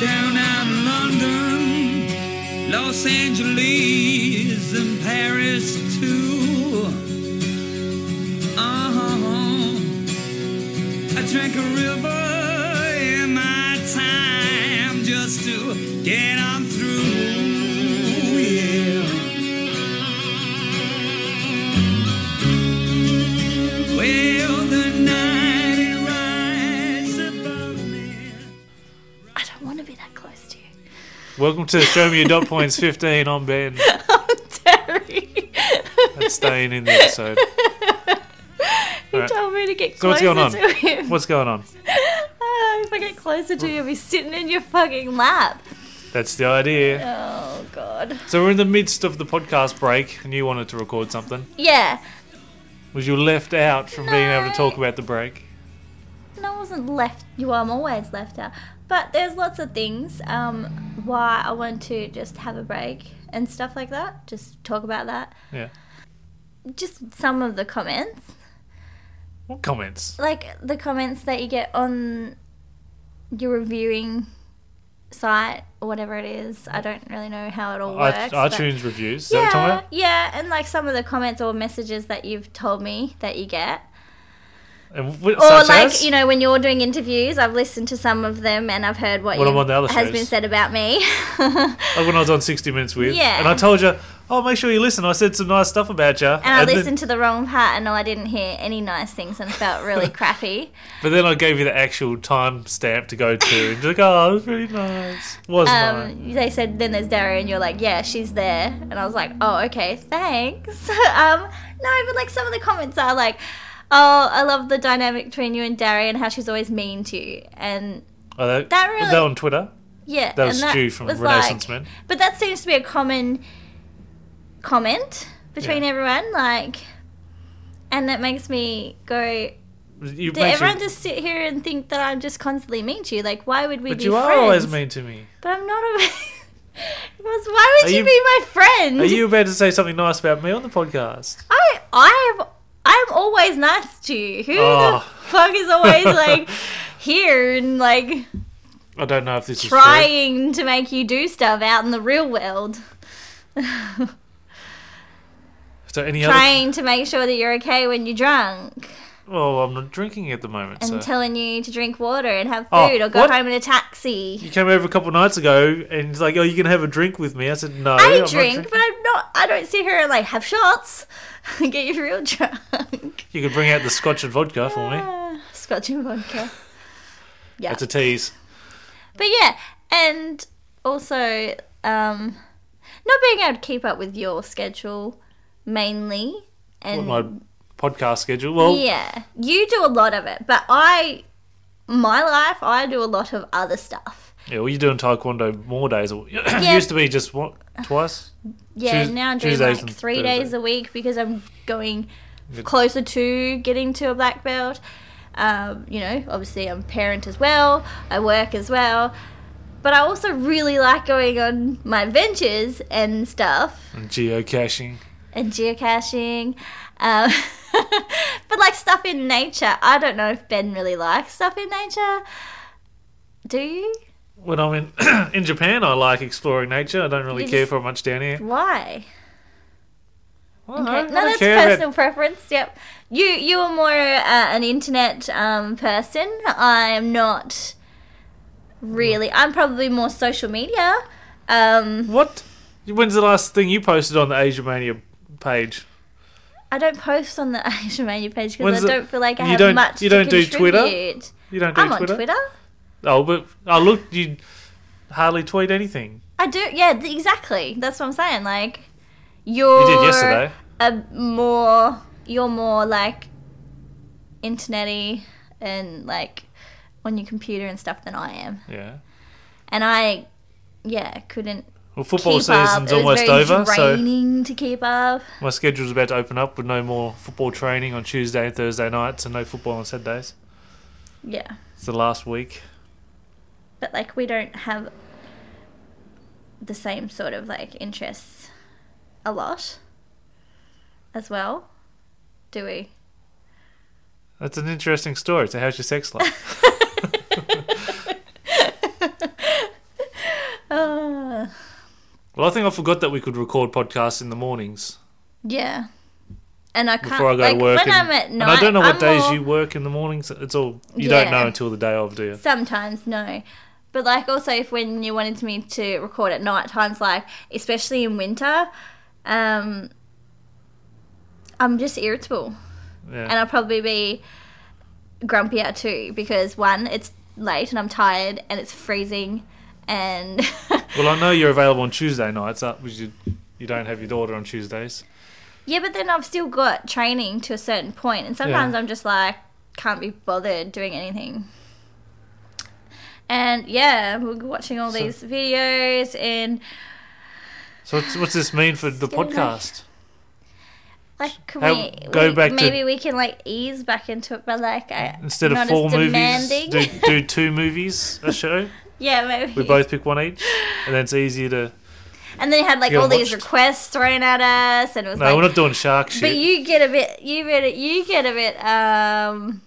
down out in London, Los Angeles, and Paris too. Uh huh. I drank a river in my time just to get on through. Yeah. Well, the night it rides above me. I don't want to be that close to you. Welcome to Show Me Your Dot Points 15. I'm Ben. Oh, Terry. Uh, That's staying in the episode. you Alright. told me to get So what's closer going on? to him. What's going on? Oh, if I get closer to you, I'll be sitting in your fucking lap. That's the idea. Oh, God. So we're in the midst of the podcast break, and you wanted to record something. Yeah. Was you left out from being able to No. talk about the break? And I wasn't left. You are. I'm always left out. But there's lots of things um, why I want to just have a break and stuff like that. Just talk about that. Yeah. Just some of the comments, What comments? like the comments that you get on your reviewing site or whatever it is. I don't really know how it all I, works. but- iTunes reviews. Is that what you're talking Yeah, about? yeah, and like some of the comments or messages that you've told me that you get. And w- Or such like as? you know when you're doing interviews, I've listened to some of them and I've heard what, When I'm you've- on the other has shows. been said about me. like when I was on 60 Minutes with, Yeah. and I told you, oh, make sure you listen. I said some nice stuff about you. And I listened to the wrong part and I didn't hear any nice things and felt really crappy. but then I gave you the actual time stamp to go to, and you're like, oh, it was really nice. Was nice. Um, they said then there's Dara and you're like yeah she's there and I was like oh okay thanks. um, no, but like some of the comments are like oh I love the dynamic between you and Dari and how she's always mean to you and Are Oh, they, that are really- they on Twitter? yeah That was and Stu from was Renaissance like- Men. But that seems to be a common comment between Yeah. everyone, like, and that makes me go. You Did everyone just sit here and think that I'm just constantly mean to you? Like, why would we but be you friends? are always mean to me. But I'm not a. Because why would Are you, you- be my friend? Are you about to say something nice about me on the podcast? I I am I'm always nice to you. Who Oh. the fuck is always like here and like I don't know if this is trying to make you do stuff out in the real world? true. So any other? trying to make sure that you're okay when you're drunk Well, Oh, I'm not drinking at the moment. and So telling you to drink water and have food Oh, or go what? home in a taxi. you came over a couple nights ago and it's like, oh, you can have a drink with me. I said no. I'm I not drink, drinking." but I'm not. I don't sit here and like have shots and get you real drunk. You could bring out the scotch and vodka for me. Ah, Scotch and vodka. Yeah, That's a tease. but yeah, and also um, not being able to keep up with your schedule mainly, What and my podcast schedule? Well, yeah, you do a lot of it, but I, my life, I do a lot of other stuff. yeah. Well, you're doing taekwondo more days. It Yeah. used to be just what twice. Yeah, Tues- now I do Tuesdays like and three Thursdays. days a week because I'm going Good. closer to getting to a black belt. Um, you know, obviously I'm a parent as well. I work as well, but I also really like going on my adventures and stuff And geocaching. and geocaching. Um, but like stuff in nature, I don't know if Ben really likes stuff in nature. Do you? When I'm in in Japan, I like exploring nature. I don't really You care just- for much down here. Why? Well, Okay. No, that's personal preference. Yep. You you are more uh, an internet um, person. I am not really. I'm probably more social media. Um, What? When's the last thing you posted on the Asia Mania page? I don't post on the Asian Mania page because When's I the- don't feel like I you have don't- much. you to don't do Twitter? contribute. You don't do I'm Twitter? on Twitter. Oh, but oh look, you hardly tweet anything. I do. Yeah, th- exactly. That's what I'm saying. Like you're You did yesterday. a more you're more like internety and like on your computer and stuff than I am. Yeah. And I yeah, couldn't Well, football keep season's up. It was almost very over, so draining to keep up. my schedule's about to open up with no more football training on Tuesday and Thursday nights, and no football on Saturdays. Yeah. It's the last week. But like we don't have the same sort of like interests a lot as well. Do we? That's an interesting story. So, how's your sex life? Uh, I think I forgot that we could record podcasts in the mornings Yeah. And I can't. before I go like, to work. When and, I'm at and night, I don't know what I'm days more- you work in the mornings. It's all you Yeah. don't know until the day of, do you? Sometimes, no. But like also if when you wanted me to record at night times like especially in winter, um I'm just irritable. Yeah. And I'll probably be grumpier too because one, it's late and I'm tired and it's freezing and well, I know you're available on Tuesday nights, uh, because you you don't have your daughter on Tuesdays. Yeah, but then I've still got training to a certain point, and sometimes Yeah. I'm just like can't be bothered doing anything. And yeah, we're watching all So- these videos, and So what's, what's this mean for the Still no- podcast? like can How- we go we- back to- maybe we can like ease back into it by like I, Instead of not four as movies, demanding. do, do two movies a show. yeah, maybe We both pick one each, and then it's easier to. And they had like you all these watched- requests thrown at us, and it was No, like, we're not doing shark but shit. you get a bit, you get, you get a bit, um,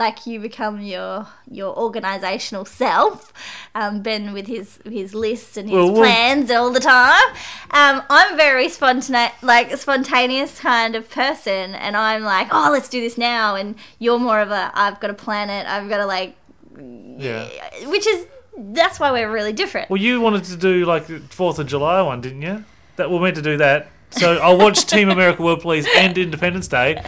like you become your your organizational self. Um, ben with his his lists and his Well, we'll- plans all the time. Um, I'm very spontaneous, like spontaneous kind of person, and I'm like, oh, let's do this now. And you're more of a, I've got to plan it. I've got to like, yeah. which is that's why we're really different. Well, you wanted to do like the Fourth of July one, didn't you? That we're meant to do that. So I watched Team America World Police and Independence Day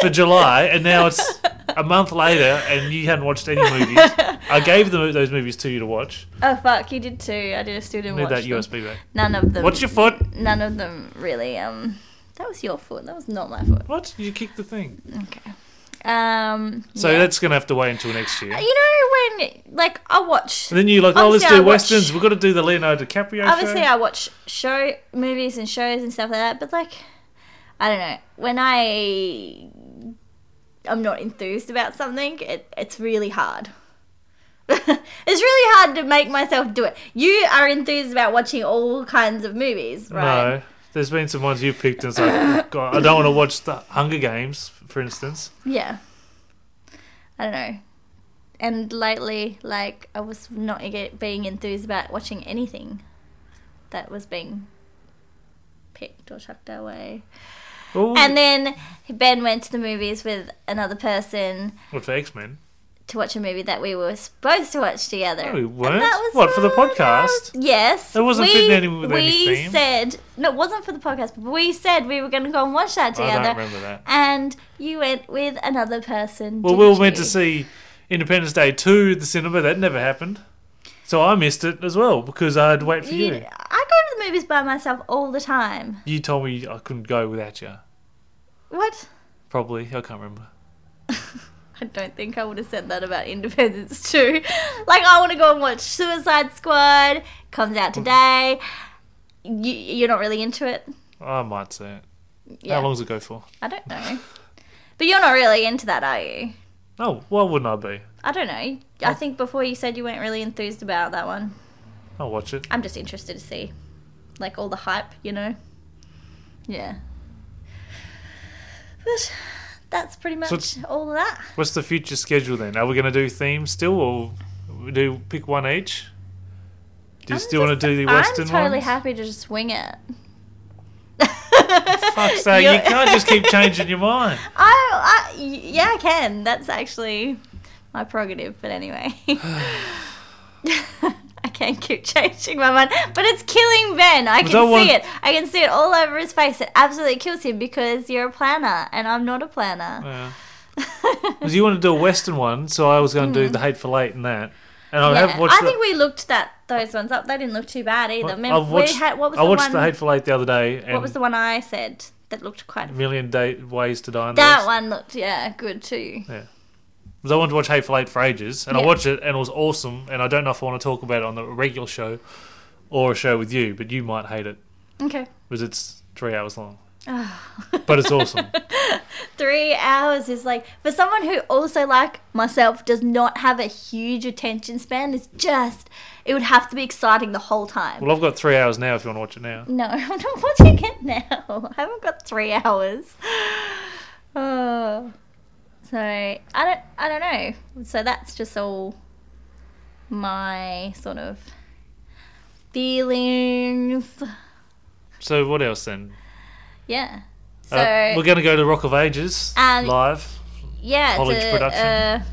for July, and now it's a month later, and you hadn't watched any movies. I gave them those movies to you to watch. Oh fuck, you did too. I did still didn't Need watch that them. USB back. None of them. What's your foot? None of them really. Um, that was your foot. That was not my foot. What? You kicked the thing. Okay. Um. So yeah. that's gonna have to wait until next year. you know when like I watch. And then you're like, oh, Obviously, let's I do watch- westerns. We've got to do the Leonardo DiCaprio Obviously, show. I watch show movies and shows and stuff like that. But like, I don't know. When I I'm not enthused about something, it, it's really hard. it's really hard to make myself do it. You are enthused about watching all kinds of movies, right? No, there's been some ones you picked, and it's like, God, I don't want to watch the Hunger Games, for instance. Yeah. I don't know. And lately, like, I was not get- being enthused about watching anything that was being picked or chucked our way. Ooh, And then Ben went to the movies with another person what for X Men? to watch a movie that we were supposed to watch together. No, we And weren't. that was What, for the really podcast? nice. Yes. That wasn't we, fitting any- with we any theme. said no, it wasn't for the podcast, but we said we were going to go and watch that I don't together. remember that. And you went with another person. Well, didn't we were meant to you? see Independence Day 2 at the cinema. That never happened. So I missed it as well because I had to wait for You- you. I go to the movies by myself all the time. You told me I couldn't go without you. What? Probably. I can't remember. I don't think I would have said that about Independence too. Like, I want to go and watch Suicide Squad. Comes Mm-hmm. out today. You, you're not really into it. I might say it. Yeah, How long's it go for? I don't know. But you're not really into that, are you? Oh, why wouldn't I be? I don't know. I think before you said you weren't really enthused about that one. I'll watch it. I'm just interested to see, like all the hype, you know. Yeah. But that's pretty much So it's- all of that. What's the future schedule then? Are we going to do themes still or we do pick one each? Do you I'm still want just- to do the Western I'm totally ones? happy to just swing it. Fuck's sake, you can't just keep changing your mind. I, I, yeah, I can. That's actually my prerogative. But anyway, I can keep changing my mind. But it's killing Ben. I But can that see one- it. I can see it all over his face. It absolutely kills him because you're a planner and I'm not a planner. Yeah. Because you want to do a Western one, so I was going to do the Hateful Eight and that. And I Hmm. Yeah, have watched. I the- think we looked that those ones up. They didn't look too bad either. Remember, I've watched. we had, what was I the watched one? the Hateful Eight the other day, and what was the one I said that looked quite? Million Day- Ways to Die. In the That West. one looked yeah good too. 'Cause I wanted to watch Hateful Eight for ages, and I Yeah. watched it, and it was awesome. And I don't know if I want to talk about it on the regular show or a show with you, but you might hate it Okay. because it's three hours long. but it's awesome. Three hours is like for someone who also like myself does not have a huge attention span. It's just it would have to be exciting the whole time. Well, I've got three hours now. If you want to watch it now, No, I'm not watching it now. I haven't got three hours. Oh, so I don't I don't know. So that's just all my sort of feelings. So what else then? Yeah. So Uh, we're going to go to Rock of Ages Um, live. yeah, college it's a, production. a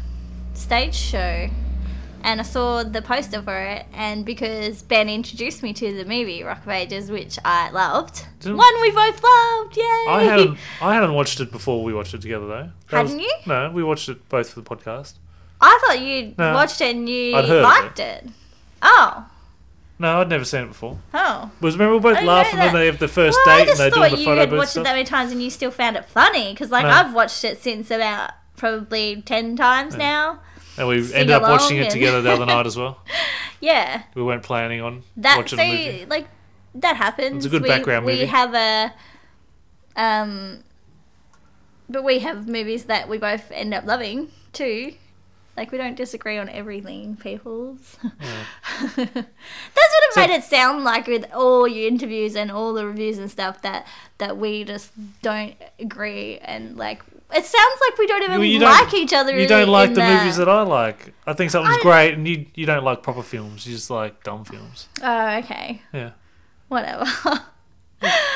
stage show, and I saw the poster for it, and because Ben introduced me to the movie Rock of Ages, which I loved, Didn't- one we both loved, yay! I haven't I hadn't watched it before we watched it together though. That was- Hadn't you? No, we watched it both for the podcast. I thought you No. watched it and you I'd heard of liked it. Oh, No, I'd never seen it before. oh. Was remember we I both didn't laugh know and then that. they have the first well, I date and just they do all thought the you photo had booth watched it stuff. that many times and you still found it funny because, like, No. I've watched it since about probably ten times now. and we sing ended up watching along it and- together the other night as well. Yeah, We weren't planning on that watching so a movie. like that happens. It's a good we, background We movie. have a um, but we have movies that we both end up loving too. Like we don't disagree on everything, peoples. That's what it So- made it sound like with all your interviews and all the reviews and stuff that that we just don't agree and like it sounds like we don't even Well, you don't- like each other. You don't like the movies that. that I like. I think something's I- great, and you you don't like proper films. You just like dumb films. Oh, okay, Yeah. whatever.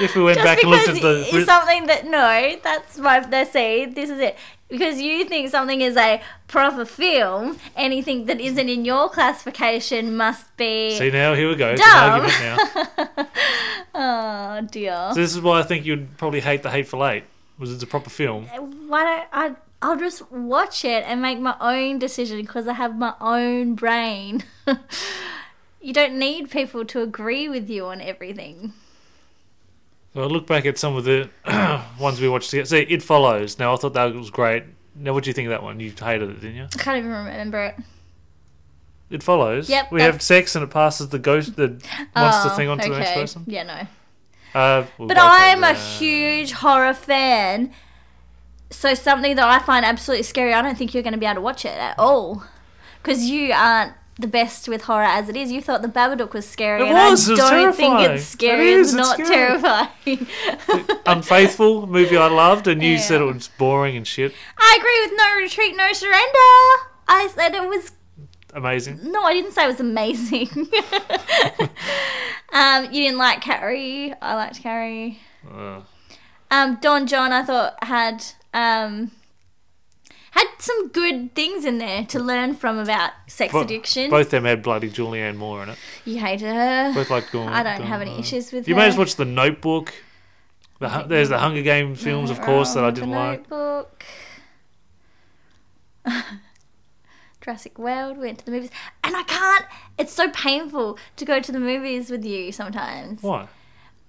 If we went Just back and because looked at the it's something that no, that's my they say this is it because you think something is a proper film, anything that isn't in your classification must be. see now, here we go. It's an Dumb. argument now. oh dear. So this is why I think you'd probably hate the Hateful Eight. Was it's a proper film? Why don't I? I'll just watch it and make my own decision because I have my own brain. you don't need people to agree with you on everything. Well, I look back at some of the ones we watched together. See, It Follows. Now, I thought that was great. Now, what do you think of that one? You hated it, didn't you? I can't even remember it. It Follows. Yep, We have that's- sex and it passes the ghost, the monster Oh, thing onto the next okay. person. Yeah, no. Uh, we'll But both have I'm a that. huge horror fan. So something that I find absolutely scary, I don't think you're going to be able to watch it at all. Because you aren't the best with horror as it is. You thought the Babadook was scary. It and I was, it was don't think terrifying. it's scary. It is, it's it's Um, not terrifying. Unfaithful movie I loved, and you Yeah. said it was boring and shit. I agree with No Retreat, No Surrender. I said it was Amazing. No, I didn't say it was amazing. um, you didn't like Carrie. I liked Carrie. Uh, Um, Don John, I thought had um, had some good things in there to learn from about sex bo- addiction. Both them had bloody Julianne Moore in it. you hate her. Both like going. I don't have any issues with You her. may as well watch The Notebook. The, Hu- there's the Hunger Games films, of course, that I Um, didn't The like. Notebook. Jurassic World. Went to the movies, and I can't. It's so painful to go to the movies with you sometimes. Why?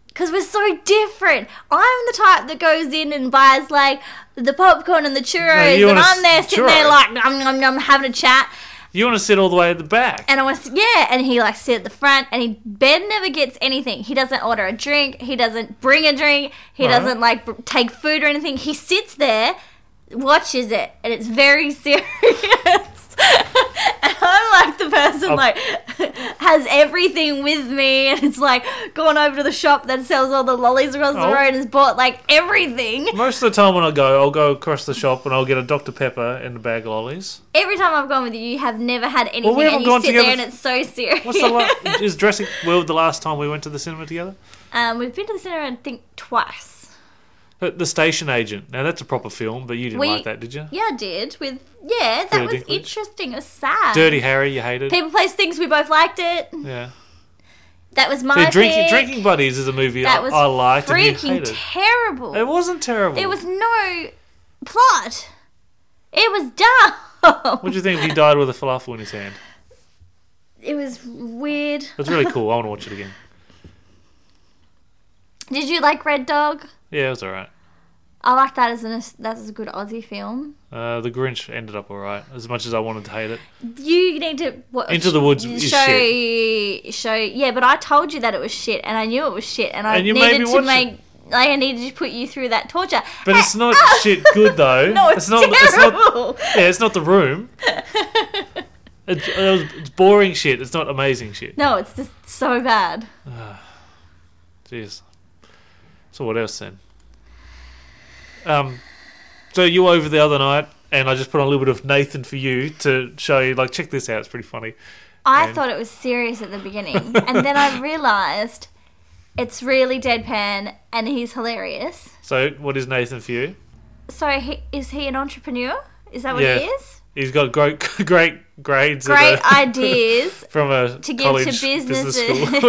Because we're so different. I'm the type that goes in and buys like the popcorn and the churros, you and wanna I'm there s- sitting there churro. like I'm, I'm, I'm having a chat. You want to sit all the way at the back. And I was yeah, and he like sit at the front, and he Ben never gets anything. He doesn't order a drink. He doesn't bring a drink. He Right. doesn't like br- take food or anything. He sits there, watches it, and it's very serious. and I'm like the person Oh. like has everything with me, and it's like gone over to the shop that sells all the lollies across Oh. the road and has bought like everything. Most of the time when I go, I'll go across the shop and I'll get a Dr. Pepper and a bag of lollies. Every time I've gone with you, you have never had anything, we haven't and you gone sit there, together- and it's so serious. What's the la- Is Jurassic World the last time we went to the cinema together? Um, we've been to the cinema, I think, twice. Uh, The Station Agent. Now, that's a proper film, but you didn't We- like that, did you? Yeah, I did. With yeah, that Peter was Dinklage. interesting. It was sad. Dirty Harry, you hated. People place things we both liked it. yeah. That was my See, drinking, pick. Drinking Buddies is a movie I, That was I liked and you freaking hated. terrible. it wasn't terrible. there was no plot. It was dumb. What do you think if he died with a falafel in his hand? It was weird. That's really cool. I want to watch it again. Did you like Red Dog? Yeah, it was all right. I like that as an that's a good Aussie film. Uh, the Grinch ended up all right, as much as I wanted to hate it. You need to watch Into the Woods is show show yeah, but I told you that it was shit, and I knew it was shit, and I And you needed made me to watch make like, I needed to put you through that torture. Ah! But it's not shit good though. No, it's, not. terrible. It's not Yeah, it's not the room. It's, it was, it's boring shit. It's not amazing shit. no, it's just so bad. Jeez. So what else then? Um, so you were over the other night, and I just put on a little bit of Nathan for you to show you. Like, check this out. It's pretty funny. I And- thought it was serious at the beginning, and then I realized it's really deadpan, and he's hilarious. So what is Nathan Few? So he, is he an entrepreneur? Is that what Yeah. he is? He's got great great grades. at Great a- ideas from a to give college to businesses, school.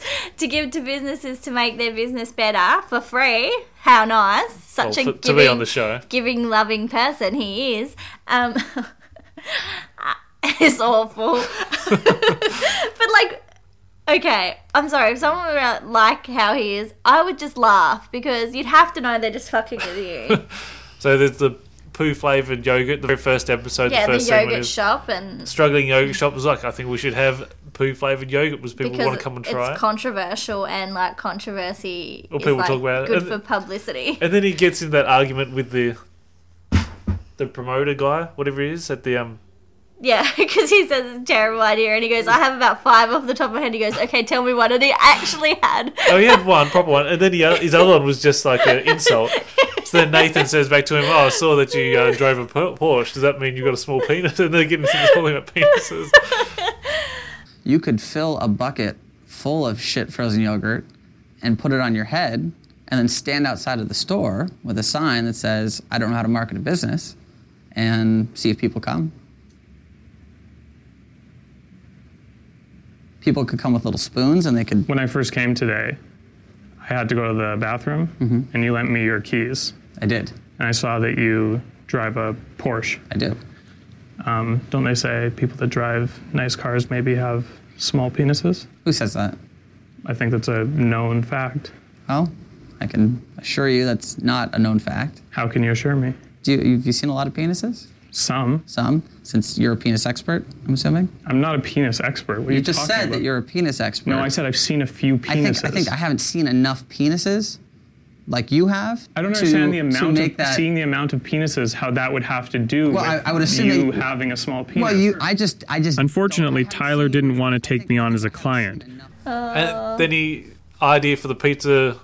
to give to businesses to make their business better for free. How nice! Such Well, a for- giving, to be on the show. giving, loving person he is. Um, it's awful, but like. Okay, I'm sorry. If someone were out- like how he is, I would just laugh because you'd have to know they're just fucking with you. So there's the poo flavored yogurt. The very first episode, Yeah, the the first segment yogurt is shop and struggling yogurt shop was like, I think we should have poo flavored yogurt because people want to come and try it's it. controversial and like controversy Well, is, people like, talk about it. good And- for publicity. and then he gets into that argument with the the promoter guy, whatever he is, at the um. Yeah, because he says it's a terrible idea, and he goes, "I have about five off the top of my head." He goes, "Okay, tell me one," and he actually had. Oh, he had one proper one, and then he, uh, his other one was just like an insult. So then Nathan says back to him, "Oh, I saw that you uh, drove a Por- Porsche. Does that mean you got a small penis?" And they're getting into calling about penises. you could fill a bucket full of shit frozen yogurt and put it on your head and then stand outside of the store with a sign that says, I don't know how to market a business, and see if people come. People could come with little spoons and they could When I first came today, I had to go to the bathroom, Mm-hmm. and you lent me your keys. I did. And I saw that you drive a Porsche. I do. Um, don't they say people that drive nice cars maybe have small penises? Who says that? I think that's a known fact. Oh, I can assure you that's not a known fact. How can you assure me? Do you, have you seen a lot of penises? Some. Some, since you're a penis expert, I'm assuming. I'm not a penis expert. What are you, You just talking said about? that you're a penis expert. No, I said I've seen a few I penises. think I think I haven't seen enough penises, like you have. I don't to- understand the to amount make of that. seeing the amount of penises. How that would have to do Well, with I- I would assume you that- having a small penis. well, you. I just. I just. Unfortunately, Tyler didn't want to take me on as a client. And then he idea for the pizza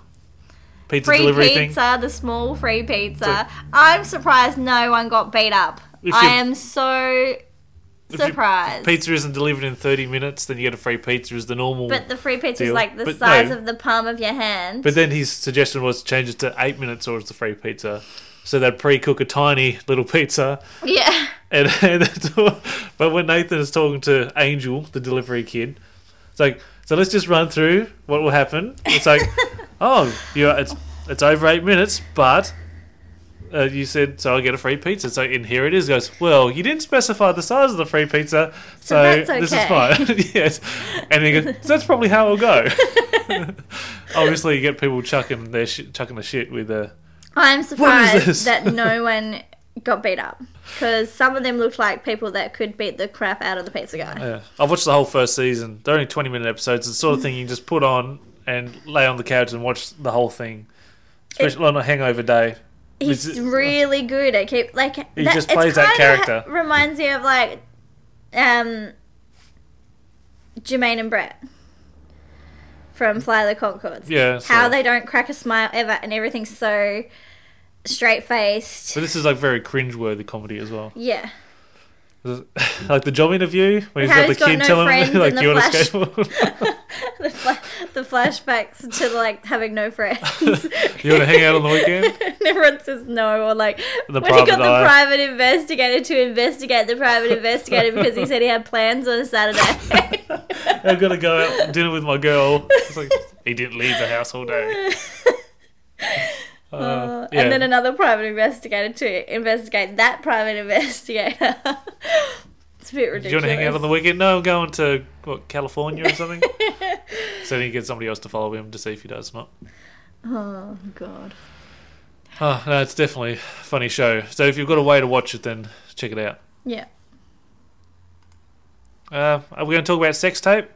pizza Free delivery pizza, thing. the small free pizza. I'm surprised no one got beat up. If I you- am so you- surprised. Pizza isn't delivered in 30 minutes, then you get a free pizza is the normal. but the free pizza is Deal. like the But size no. of the palm of your hand. but then his suggestion was to change it to eight minutes or it's the free pizza. So they'd pre-cook a tiny little pizza, yeah. and, and that's all. but when Nathan is talking to Angel, the delivery kid, it's like, so let's just run through what will happen. It's like, oh, you it's it's over eight minutes, but uh, you said so I get a free pizza. So and here it is. He Goes well. You didn't specify the size of the free pizza, so, that's this okay. is fine. yes, and he goes. So that's probably how it'll go. Obviously, you get people chucking their sh- chucking the shit with uh, the. I'm this? surprised that no one got beat up because some of them looked like people that could beat the crap out of the pizza guy. Yeah. I've watched the whole first season. They're only twenty minute episodes. It's the sort of thing you just put on and lay on the couch and watch the whole thing, especially on a hangover day. He's Is it- really good at keep like he just plays that character. Reminds me of like um Jermaine and Brett from Fly the Concords. Yeah, How so- they don't crack a smile ever and everything's so straight faced. But this is like very cringe-worthy comedy as well. Yeah. Like the job interview when he's How got the he's got kid no telling friends him like, and "Do you the want a flash- skateboard? The, fla- the flashbacks to like having no friends. you want to hang out on the weekend?" and everyone says no, or like The when he got private the eye. private investigator to investigate the private investigator because he said he had plans on a Saturday. I've got to go out to dinner with my girl. It's like he didn't leave the house all day. Uh, yeah. Oh, And then another private investigator to investigate that private investigator. it's a bit ridiculous. Do you want to hang out on the weekend? No, I'm going to what California or something. so then he gets somebody else to follow him to see if he does or not. Oh god. Oh, no, it's definitely a funny show. So if you've got a way to watch it, then check it out. Yeah. Uh, are we going to talk about Sex Tape?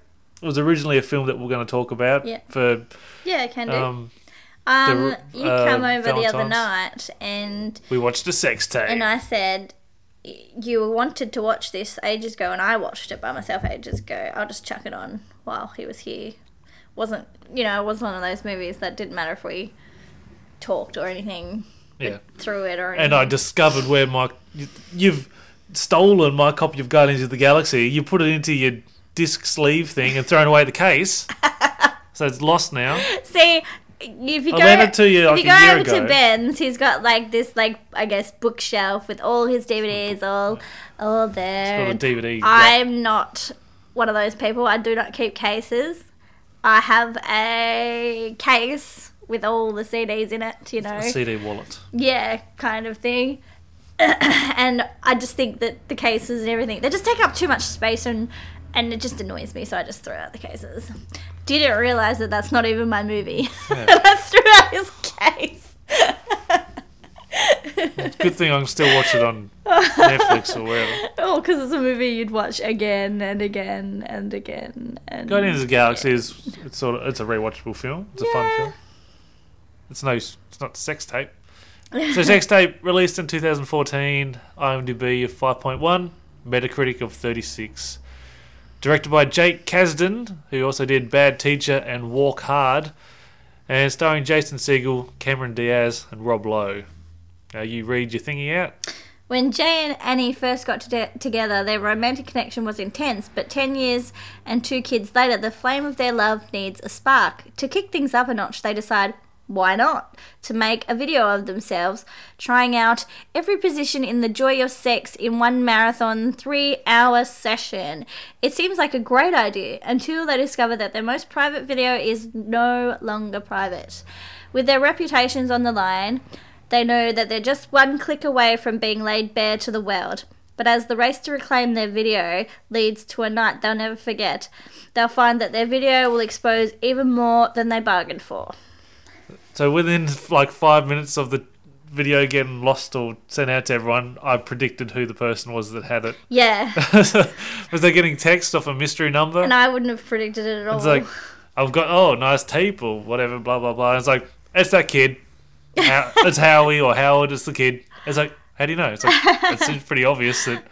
It was originally a film that we are going to talk about Yeah. for Yeah, can do. Um, um, the- you uh, come over the other Valentine's. night and we watched a sex tape. and I said "Y- you wanted to watch this ages ago and I watched it by myself ages ago. I'll just chuck it on while he was here. Wasn't you know, it was one of those movies that didn't matter if we talked or anything yeah, through it or anything. and I discovered where my you've stolen my copy of Guardians of the Galaxy. You put it into your disc sleeve thing and thrown away the case. so it's lost now. See, if you I go, lent it to you, if you like, a go year over to ago. Ben's, he's got like this, like I guess, bookshelf with all his DVDs, all, all there. Oh, Got a DVD. I'm not one of those people. I do not keep cases. I have a case with all the CDs in it. You know, a CD wallet. yeah, kind of thing. and I just think that the cases and everything they just take up too much space and and it just annoys me, so I just throw out the cases. Didn't realize that that's not even my movie. and I threw out his case. Good thing I can still watch it on Netflix or wherever. oh, because it's a movie you'd watch again and again and again and. Guardians of the Galaxy is it's sort of it's a rewatchable film. It's a Yeah. fun film. It's no it's not sex tape. So sex tape released in 2014, IMDb of 5.1, Metacritic of 36. Directed by Jake Kasdan, who also did Bad Teacher and Walk Hard, and starring Jason Segel, Cameron Diaz, and Rob Lowe. Now you read your thingy out. When Jay and Annie first got to- together, their romantic connection was intense, but 10 years and two kids later, the flame of their love needs a spark. To kick things up a notch, they decide, why not? To make a video of themselves, trying out every position in the joy of sex in one marathon three hour session. It seems like a great idea until they discover that their most private video is no longer private. With their reputations on the line, they know that they're just one click away from being laid bare to the world. But as the race to reclaim their video leads to a night they'll never forget, they'll find that their video will expose even more than they bargained for. So within like five minutes of the video getting lost or sent out to everyone, I predicted who the person was that had it. Yeah, was they getting text off a mystery number? and I wouldn't have predicted it at all. it's like, I've got oh nice tape or whatever, blah blah blah. it's like it's that kid. How, it's Howie or Howard. It's the kid. It's like how do you know? It's like it seems pretty obvious that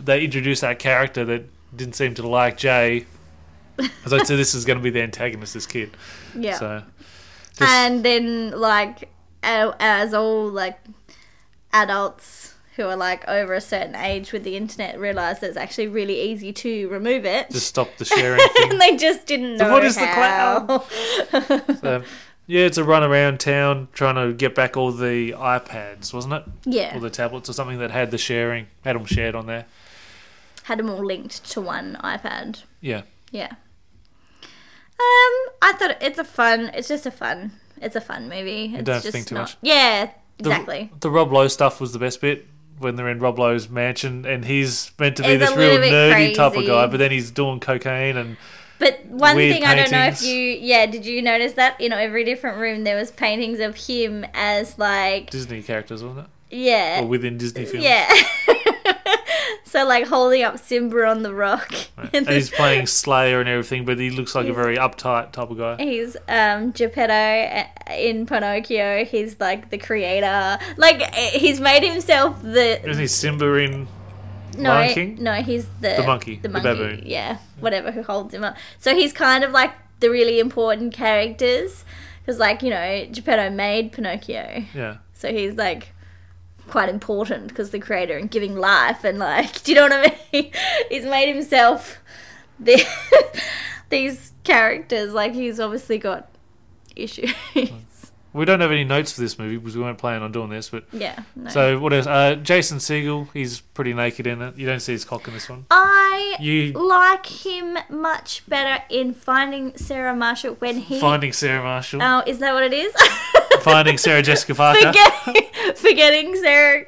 they introduced that character that didn't seem to like Jay. It's like so this is going to be the antagonist, this kid. yeah. So just- and then, like, a- as all like adults who are like over a certain age with the internet realize that it's actually really easy to remove it, just stop the sharing thing. and they just didn't know what is the how. cloud? So, Uh, yeah, it's a run around town trying to get back all the iPads, wasn't it? Yeah. Or the tablets or something that had the sharing, had them shared on there. had them all linked to one iPad. Yeah. Yeah. Um, I thought it's a fun. It's just a fun. It's a fun movie. It's don't have to just think too not, much. Yeah, The, exactly. The Rob Lowe stuff was the best bit when they're in Rob Lowe's mansion and he's meant to be He's a this real little bit nerdy type of crazy. guy, but then he's doing cocaine and But one weird thing I don't know if paintings. you, yeah, did you notice that in every different room there was paintings of him as like, Disney characters, wasn't it? yeah, Or within Disney films. yeah. so like holding up Simba on the rock. And he's playing Slayer and everything, but he looks like a very uptight type of guy. He's um, Geppetto uh, in Pinocchio. He's like the creator. Like uh, he's made himself the Isn't he Simba in no, Lion King? no. He's the The monkey, the the monkey, baboon. yeah, whatever. Who holds him up? So he's kind of like the really important characters because, like you know, Geppetto made Pinocchio, Yeah. so he's like quite important because the creator and giving life and like, do you know what I mean? he's made himself the these characters. Like he's obviously got issues. We don't have any notes for this movie because we weren't planning on doing this, but yeah. No. So what else? Uh, Jason Segel, he's pretty naked in it. You don't see his cock in this one. I You like him much better in Finding Sarah Marshall when he. finding Sarah Marshall, oh, is that what it is? finding Sarah Jessica Parker, forgetting, forgetting Sarah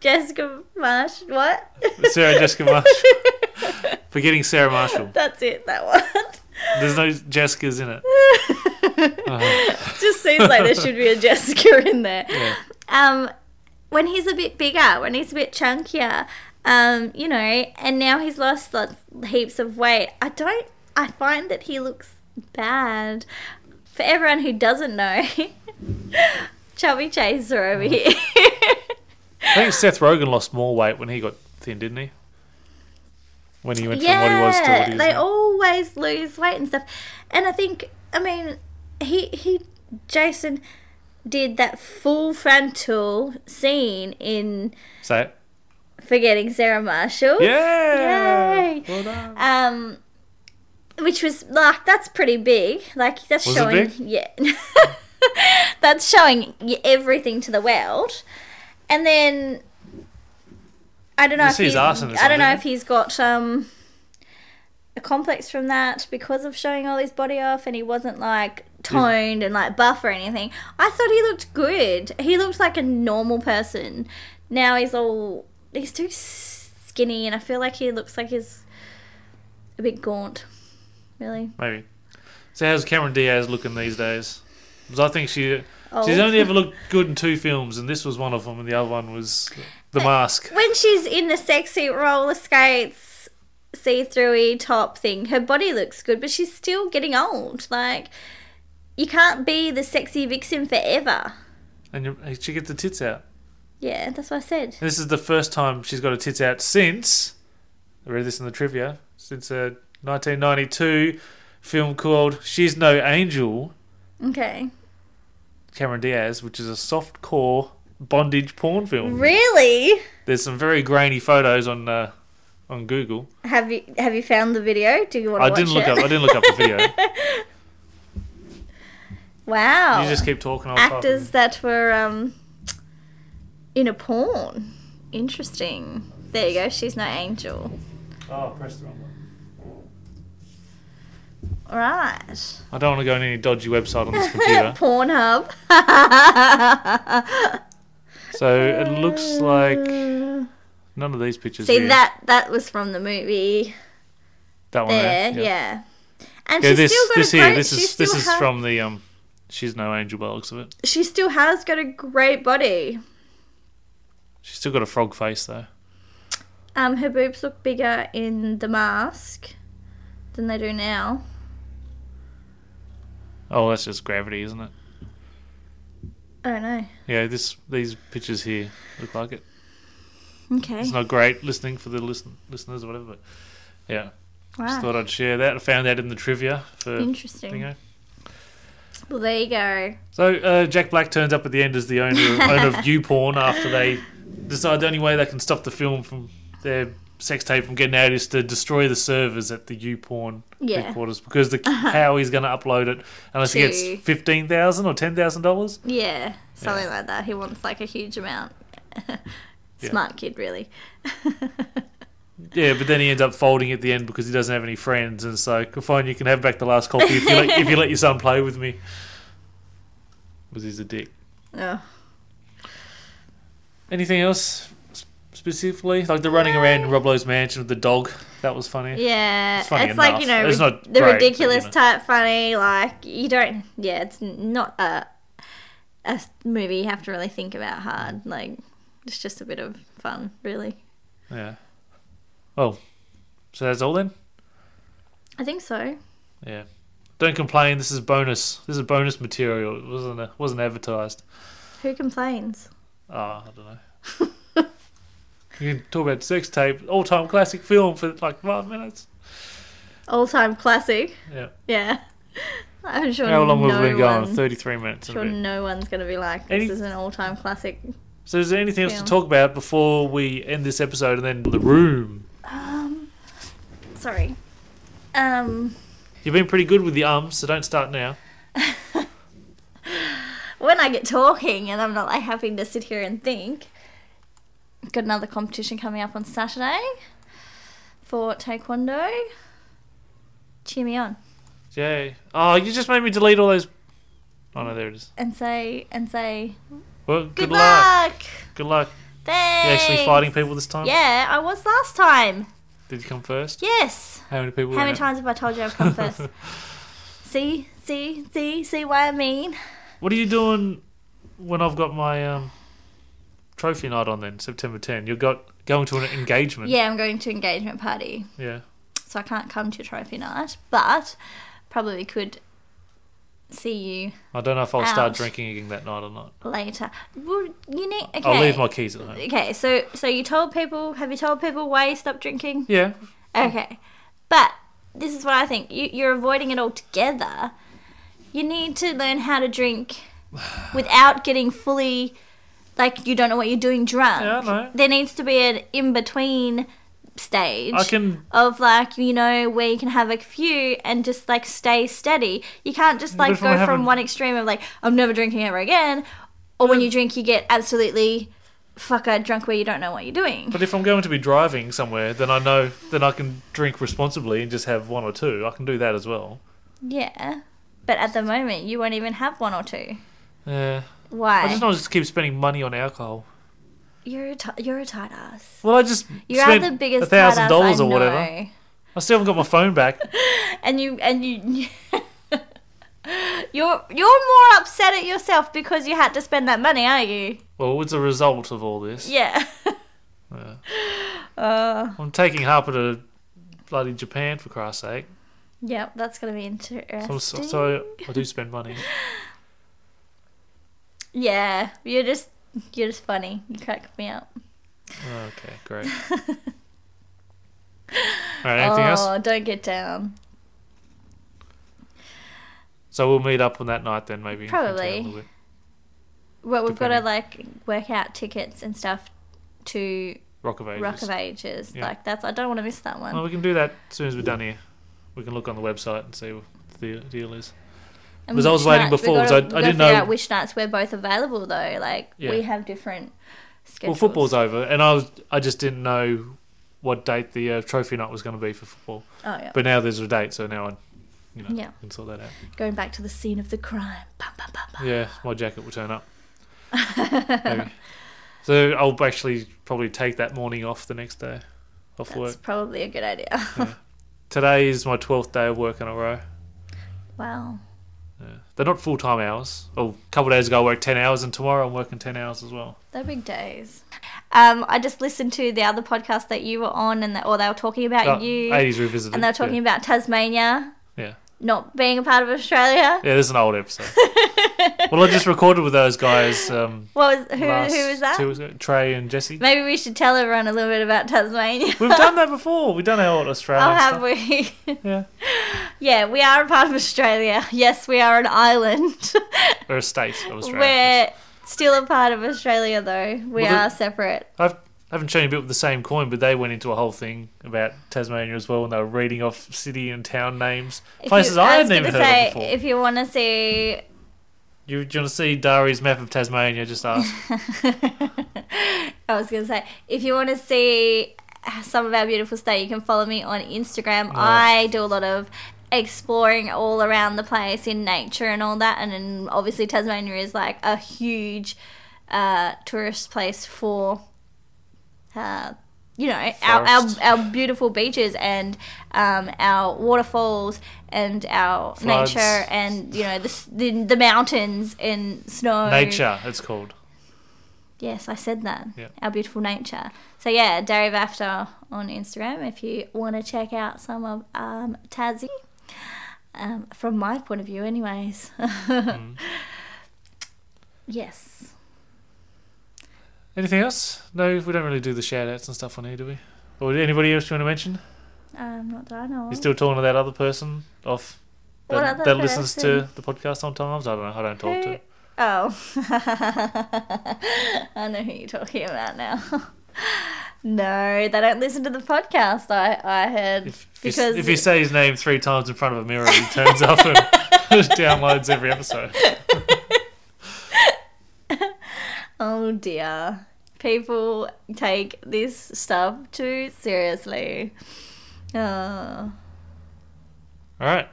Jessica Marsh. What? Sarah Jessica Marshall, forgetting Sarah Marshall. That's it. That one. There's no Jessicas in it. Just seems like there should be a Jessica in there. Yeah. Um, when he's a bit bigger, when he's a bit chunkier, um, you know, and now he's lost lots, heaps of weight. I don't. I find that he looks bad. For everyone who doesn't know, chubby chaser over here. I think Seth Rogen lost more weight when he got thin, didn't he? When he went from what he was to what he is they now. always lose weight and stuff. And I think, I mean, he he Jason did that full frontal scene in Say it. forgetting Sarah Marshall. Yeah. Yay. Well done. Um, which was like that's pretty big. Like that's Was it showing big? yeah, that's showing y- everything to the world. And then I don't know You if see his he's, arse in this I don't one, know didn't if he's got um a complex from that because of showing all his body off, and he wasn't like toned and like buff or anything. I thought he looked good. He looked like a normal person. Now he's all he's too skinny, and I feel like he looks like he's a bit gaunt. Really, Maybe. So how's Cameron Diaz looking these days? Because I think she Old. she's only ever looked good in two films, and this was one of them, and the other one was The Mask. when she's in the sexy roller skates, see-throughy top thing, her body looks good, but she's still getting old. Like you can't be the sexy vixen forever. And you- she gets the tits out. Yeah, that's what I said. And this is the first time she's got her tits out since I read this in the trivia since a 1992 film called She's No Angel, Okay. Cameron Diaz, which is a soft core bondage porn film. Really? There's some very grainy photos on uh, on Google. Have you have you found the video? Do you want to I watch didn't look it? up. I didn't look up the video. Wow. You just keep talking. I'll type Actors that were um in a porn. Interesting. There you go. She's no angel. Oh, press the wrong one. All right. I don't want to go on any dodgy website on this computer. Pornhub. so it looks like none of these pictures. See here. that that was from the movie That one there. there. Yeah. And Oh, Yeah, she's this still got this a great. here. This she is still this is ha- from the um. She's no angel by the looks of it. She still has got a great body. She's still got a frog face though. Um, her boobs look bigger in the mask than they do now. Oh, that's just gravity, isn't it? I don't know. Yeah, this these pictures here look like it. Okay. It's not great listening for the listen, listeners or whatever. But yeah, just Wow. thought I'd share that. I found that in the trivia for Ah. Interesting. Dingo. Well, there you go. So uh, Jack Black turns up at the end as the owner of, owner of YouPorn after they decide the only way they can stop the film from their sex tape from getting out is to destroy the servers at the YouPorn Yeah. headquarters because the how he's going to upload it unless he To- gets fifteen thousand or ten thousand dollars. Yeah, something like that. He wants like a huge amount. Smart kid, really. Yeah, but then he ends up folding at the end because he doesn't have any friends, and so fine, you can have back the last copy if you let, if you let your son play with me. Because he's a dick. Oh. Anything else s- specifically? Like the running around in Roblo's mansion with the dog. That was funny. Yeah, it's, funny like you enough. know It's ri- not the great, but, ridiculous you know. type funny. Like you don't. Yeah, it's n- not a a movie you have to really think about Mm. hard. Like it's just a bit of fun, really. Yeah. Oh, so that's all then? I think so. Yeah. Don't complain. This is bonus. This is bonus material. It wasn't it wasn't advertised. Who complains? Oh, I don't know. you can talk about sex tape, all time classic film for like five minutes. All time classic. Yeah. Yeah. I'm sure. How long no have we been going? one- Thirty three minutes. sure haven't we? no one's going to be like this Any- is an all-time classic So is there anything else Yeah. to talk about before we end this episode and then the room? sorry um You've been pretty good with the ums, so don't start now. when i get talking and i'm not like having to sit here and think got another competition coming up on saturday for taekwondo cheer me on Jay. Oh, you just made me delete all those Oh no, there it is. and say and say Well, good, good, luck. luck, Good luck. You thanks actually fighting people this time? yeah i was last time Did you come first? yes How many people? How were in many it? times have I told you I've come first? see, see, see, see what I mean? What are you doing when I've got my um, trophy night on then, September 10? You've got going to an engagement. Yeah, I'm going to engagement party, Yeah. so I can't come to your trophy night, but probably could see you I don't know if I'll start Ouch. drinking again that night or not. later. Well, you need. Okay. I'll leave my keys at home. Okay, so so you told people. Have you told people why you stopped drinking? Yeah. Okay, but this is what I think. You, you're avoiding it altogether. You need to learn how to drink without getting fully like you don't know what you're doing drunk. Yeah, I know. There needs to be an in between stage I can- of like you know where you can have a few and just like stay steady. You can't just like from go from having- one extreme of like I'm never drinking ever again, or when you Mm. drink you get absolutely fucker drunk where you don't know what you're doing. But if I'm going to be driving somewhere, then I know then I can drink responsibly and just have one or two. I can do that as well. Yeah, but at the moment you won't even have one or two. Yeah. Why? I just not just keep spending money on alcohol. You're a t- you're a tight ass. Well, I just You are spent the biggest tight thousand ass dollars I or whatever. know. I still haven't got my phone back. And you and you. You're you're more upset at yourself because you had to spend that money, are you? Well, it's a result of all this. Yeah. Uh, I'm taking Harper to bloody Japan for Christ's sake. yep, that's gonna be interesting. So, so, so I do spend money. yeah, you're just you're just funny. You crack me up. Oh, Okay, great. All right, anything oh, else? don't get down. So we'll meet up on that night then, maybe. and chat a Probably. little bit. Well, we've got to Depending. like work out tickets and stuff to Rock of Ages. Rock of Ages. Yeah. Like that's I don't want to miss that one. Well, we can do that as soon as we're done here. We can look on the website and see what the deal is. And Because I was which waiting nights- before, we've so I- gotta- I we've didn't gotta figure know- out which nights we're both available though. Like Yeah. we have different Well, schedules. football's over, and I was I just didn't know what date the uh, trophy night was going to be for football. Oh yeah, But now there's a date, so now I, you know, Yeah. can sort that out. going back to the scene of the crime. Bum, bum, bum, bum. Yeah, my jacket will turn up. Maybe. So I'll actually probably take that morning off the next day, off That's work. probably a good idea. Today is my twelfth day of work in a row. wow. They're not full time hours. Oh, a couple of days ago I worked ten hours, and tomorrow I'm working ten hours as well. They're big days. Um, I just listened to the other podcast that you were on, and that, or they were talking about you, Oh, Eighties revisited. and they were talking yeah. about Tasmania yeah. not being a part of Australia. Yeah, this is an old episode. well, I just recorded with those guys. Um, What was who? last who was that? two weeks ago, Trey and Jesse. Maybe we should tell everyone a little bit about Tasmania. We've done that before. We've done our old Australian Oh, have stuff. we? Yeah, yeah, we are a part of Australia. Yes, we are an island. or a state of Australia. We're still a part of Australia, though. We Well, the- are separate. I've, I haven't shown you a bit with the same coin, but they went into a whole thing about Tasmania as well, and they were reading off city and town names, If places you- I, was hadn't even gonna heard say, of before. If you want to see, You, do you want to see Dari's map of Tasmania? Just ask. I was going to say, if you want to see some of our beautiful state, you can follow me on Instagram. I do a lot of exploring all around the place in nature and all that, and then obviously Tasmania is like a huge uh, tourist place for. Uh, you know our, our Forest. our beautiful beaches and um, our waterfalls and our Floods. nature and you know the, s- the the mountains and snow Nature, it's called. Yes, I said that. Yeah. Our beautiful nature. So yeah, Derry Vafter on Instagram if you want to check out some of um, Tassie. Um, from my point of view, anyways. Mm. Yes. Anything else? No, we don't really do the shout outs and stuff on here, do we? Or anybody else you want to mention? Um, not that I know. You're of. still talking to that other person off What that, other that listens to person? the podcast sometimes? I don't know. I don't talk to. Who- Oh. I know who you're talking about now. no, they don't listen to the podcast. I I heard If, if, you, because if you say his name three times in front of a mirror, he turns up and downloads every episode. Oh dear. People take this stuff too seriously. Oh. All right.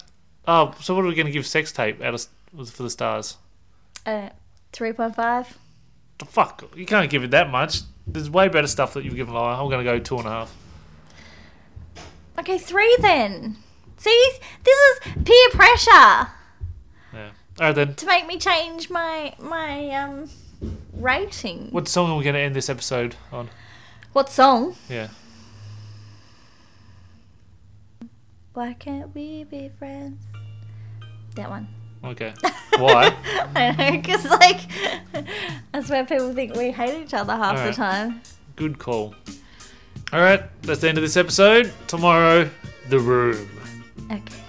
Oh, so what are we going to give sex tape out of was for the stars? Uh, 3.5? The fuck, you can't give it that much. There's way better stuff that you've given Laura. I'm going to go two and a half. Okay, 3 then. See, this is peer pressure Yeah. All right then. to make me change my my um rating. What song are we going to end this episode on? What song? Yeah. Why can't we be friends? That one. Okay. Why? I know, because like that's where people think we hate each other half the Alright. time. Good call. All right. That's the end of this episode. Tomorrow, the room. Okay.